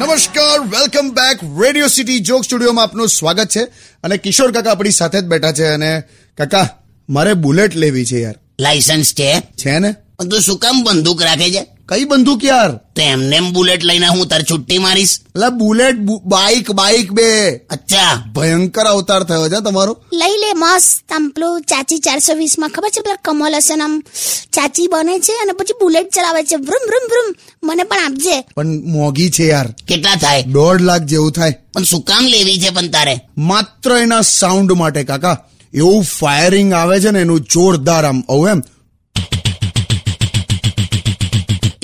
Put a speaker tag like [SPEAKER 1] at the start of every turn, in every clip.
[SPEAKER 1] નમસ્કાર welcome back radio city joke સ્ટુડિયોમાં આપનું સ્વાગત છે અને કિશોર કાકા આપણી સાથે જ બેઠા છે અને કાકા મારે બુલેટ લેવી છે યાર
[SPEAKER 2] લાયસન્સ છે
[SPEAKER 1] છે ને
[SPEAKER 2] પણ તું શું કામ બંદૂક રાખે છે
[SPEAKER 1] કઈ બંદૂક યાર
[SPEAKER 2] તો એમને એમ બુલેટ લઈને હું તાર છુટ્ટી મારીશ
[SPEAKER 1] એટલે બુલેટ બુ- બાઇક બાઇક બે
[SPEAKER 2] અચ્છા
[SPEAKER 1] ભયંકર અવતાર થયો છે તમારો
[SPEAKER 3] લઈ લે મસ્ત આમ પેલું ચાચી ચારસો વીસ માં ખબર છે પેલા કમલ હસન આમ ચાચી બને છે અને પછી બુલેટ ચલાવે છે વ્રુમ વ્રુમ વ્રુમ મને પણ આપજે
[SPEAKER 1] પણ મોંઘી છે યાર
[SPEAKER 2] કેટલા થાય
[SPEAKER 1] દોઢ લાખ જેવું થાય
[SPEAKER 2] પણ શું કામ લેવી છે પણ તારે
[SPEAKER 1] માત્ર એના સાઉન્ડ માટે કાકા એવું ફાયરિંગ આવે છે ને એનું જોરદાર આમ આવું એમ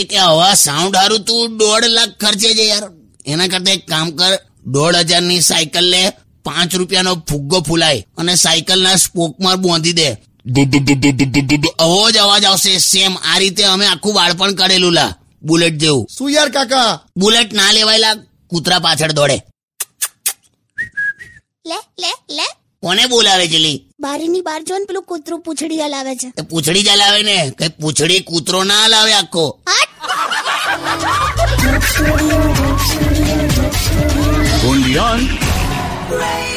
[SPEAKER 2] એ કે હવા સાઉન્ડ હારું તું દોઢ લાખ ખર્ચે છે યાર એના કરતા એક કામ કર દોઢ હજારની સાયકલ લે પાંચ રૂપિયાનો ફુગ્ગો ફૂલાય અને સાયકલના સ્પોકમાં બોંધી દે ડુ ડુ ડુ ડુ ડુ ડુ ડુ ડુ. આવો જ અવાજ આવશે સેમ આ રીતે અમે આખું બાળપણ કરેલું લા બુલેટ જેવું
[SPEAKER 1] શું યાર કાકા
[SPEAKER 2] બુલેટ ના લેવાયેલા કૂતરા પાછળ દોડે
[SPEAKER 3] લે લે લે
[SPEAKER 2] કોને બોલાવે છે લી
[SPEAKER 3] બારીની બહાર જો ને પેલું કૂતરું પૂછડી હલાવે છે
[SPEAKER 2] એ પૂંછડી જ હલાવે ને કઈ પૂંછડી કૂતરો ના હલાવે આખો
[SPEAKER 4] Undian.
[SPEAKER 3] હટ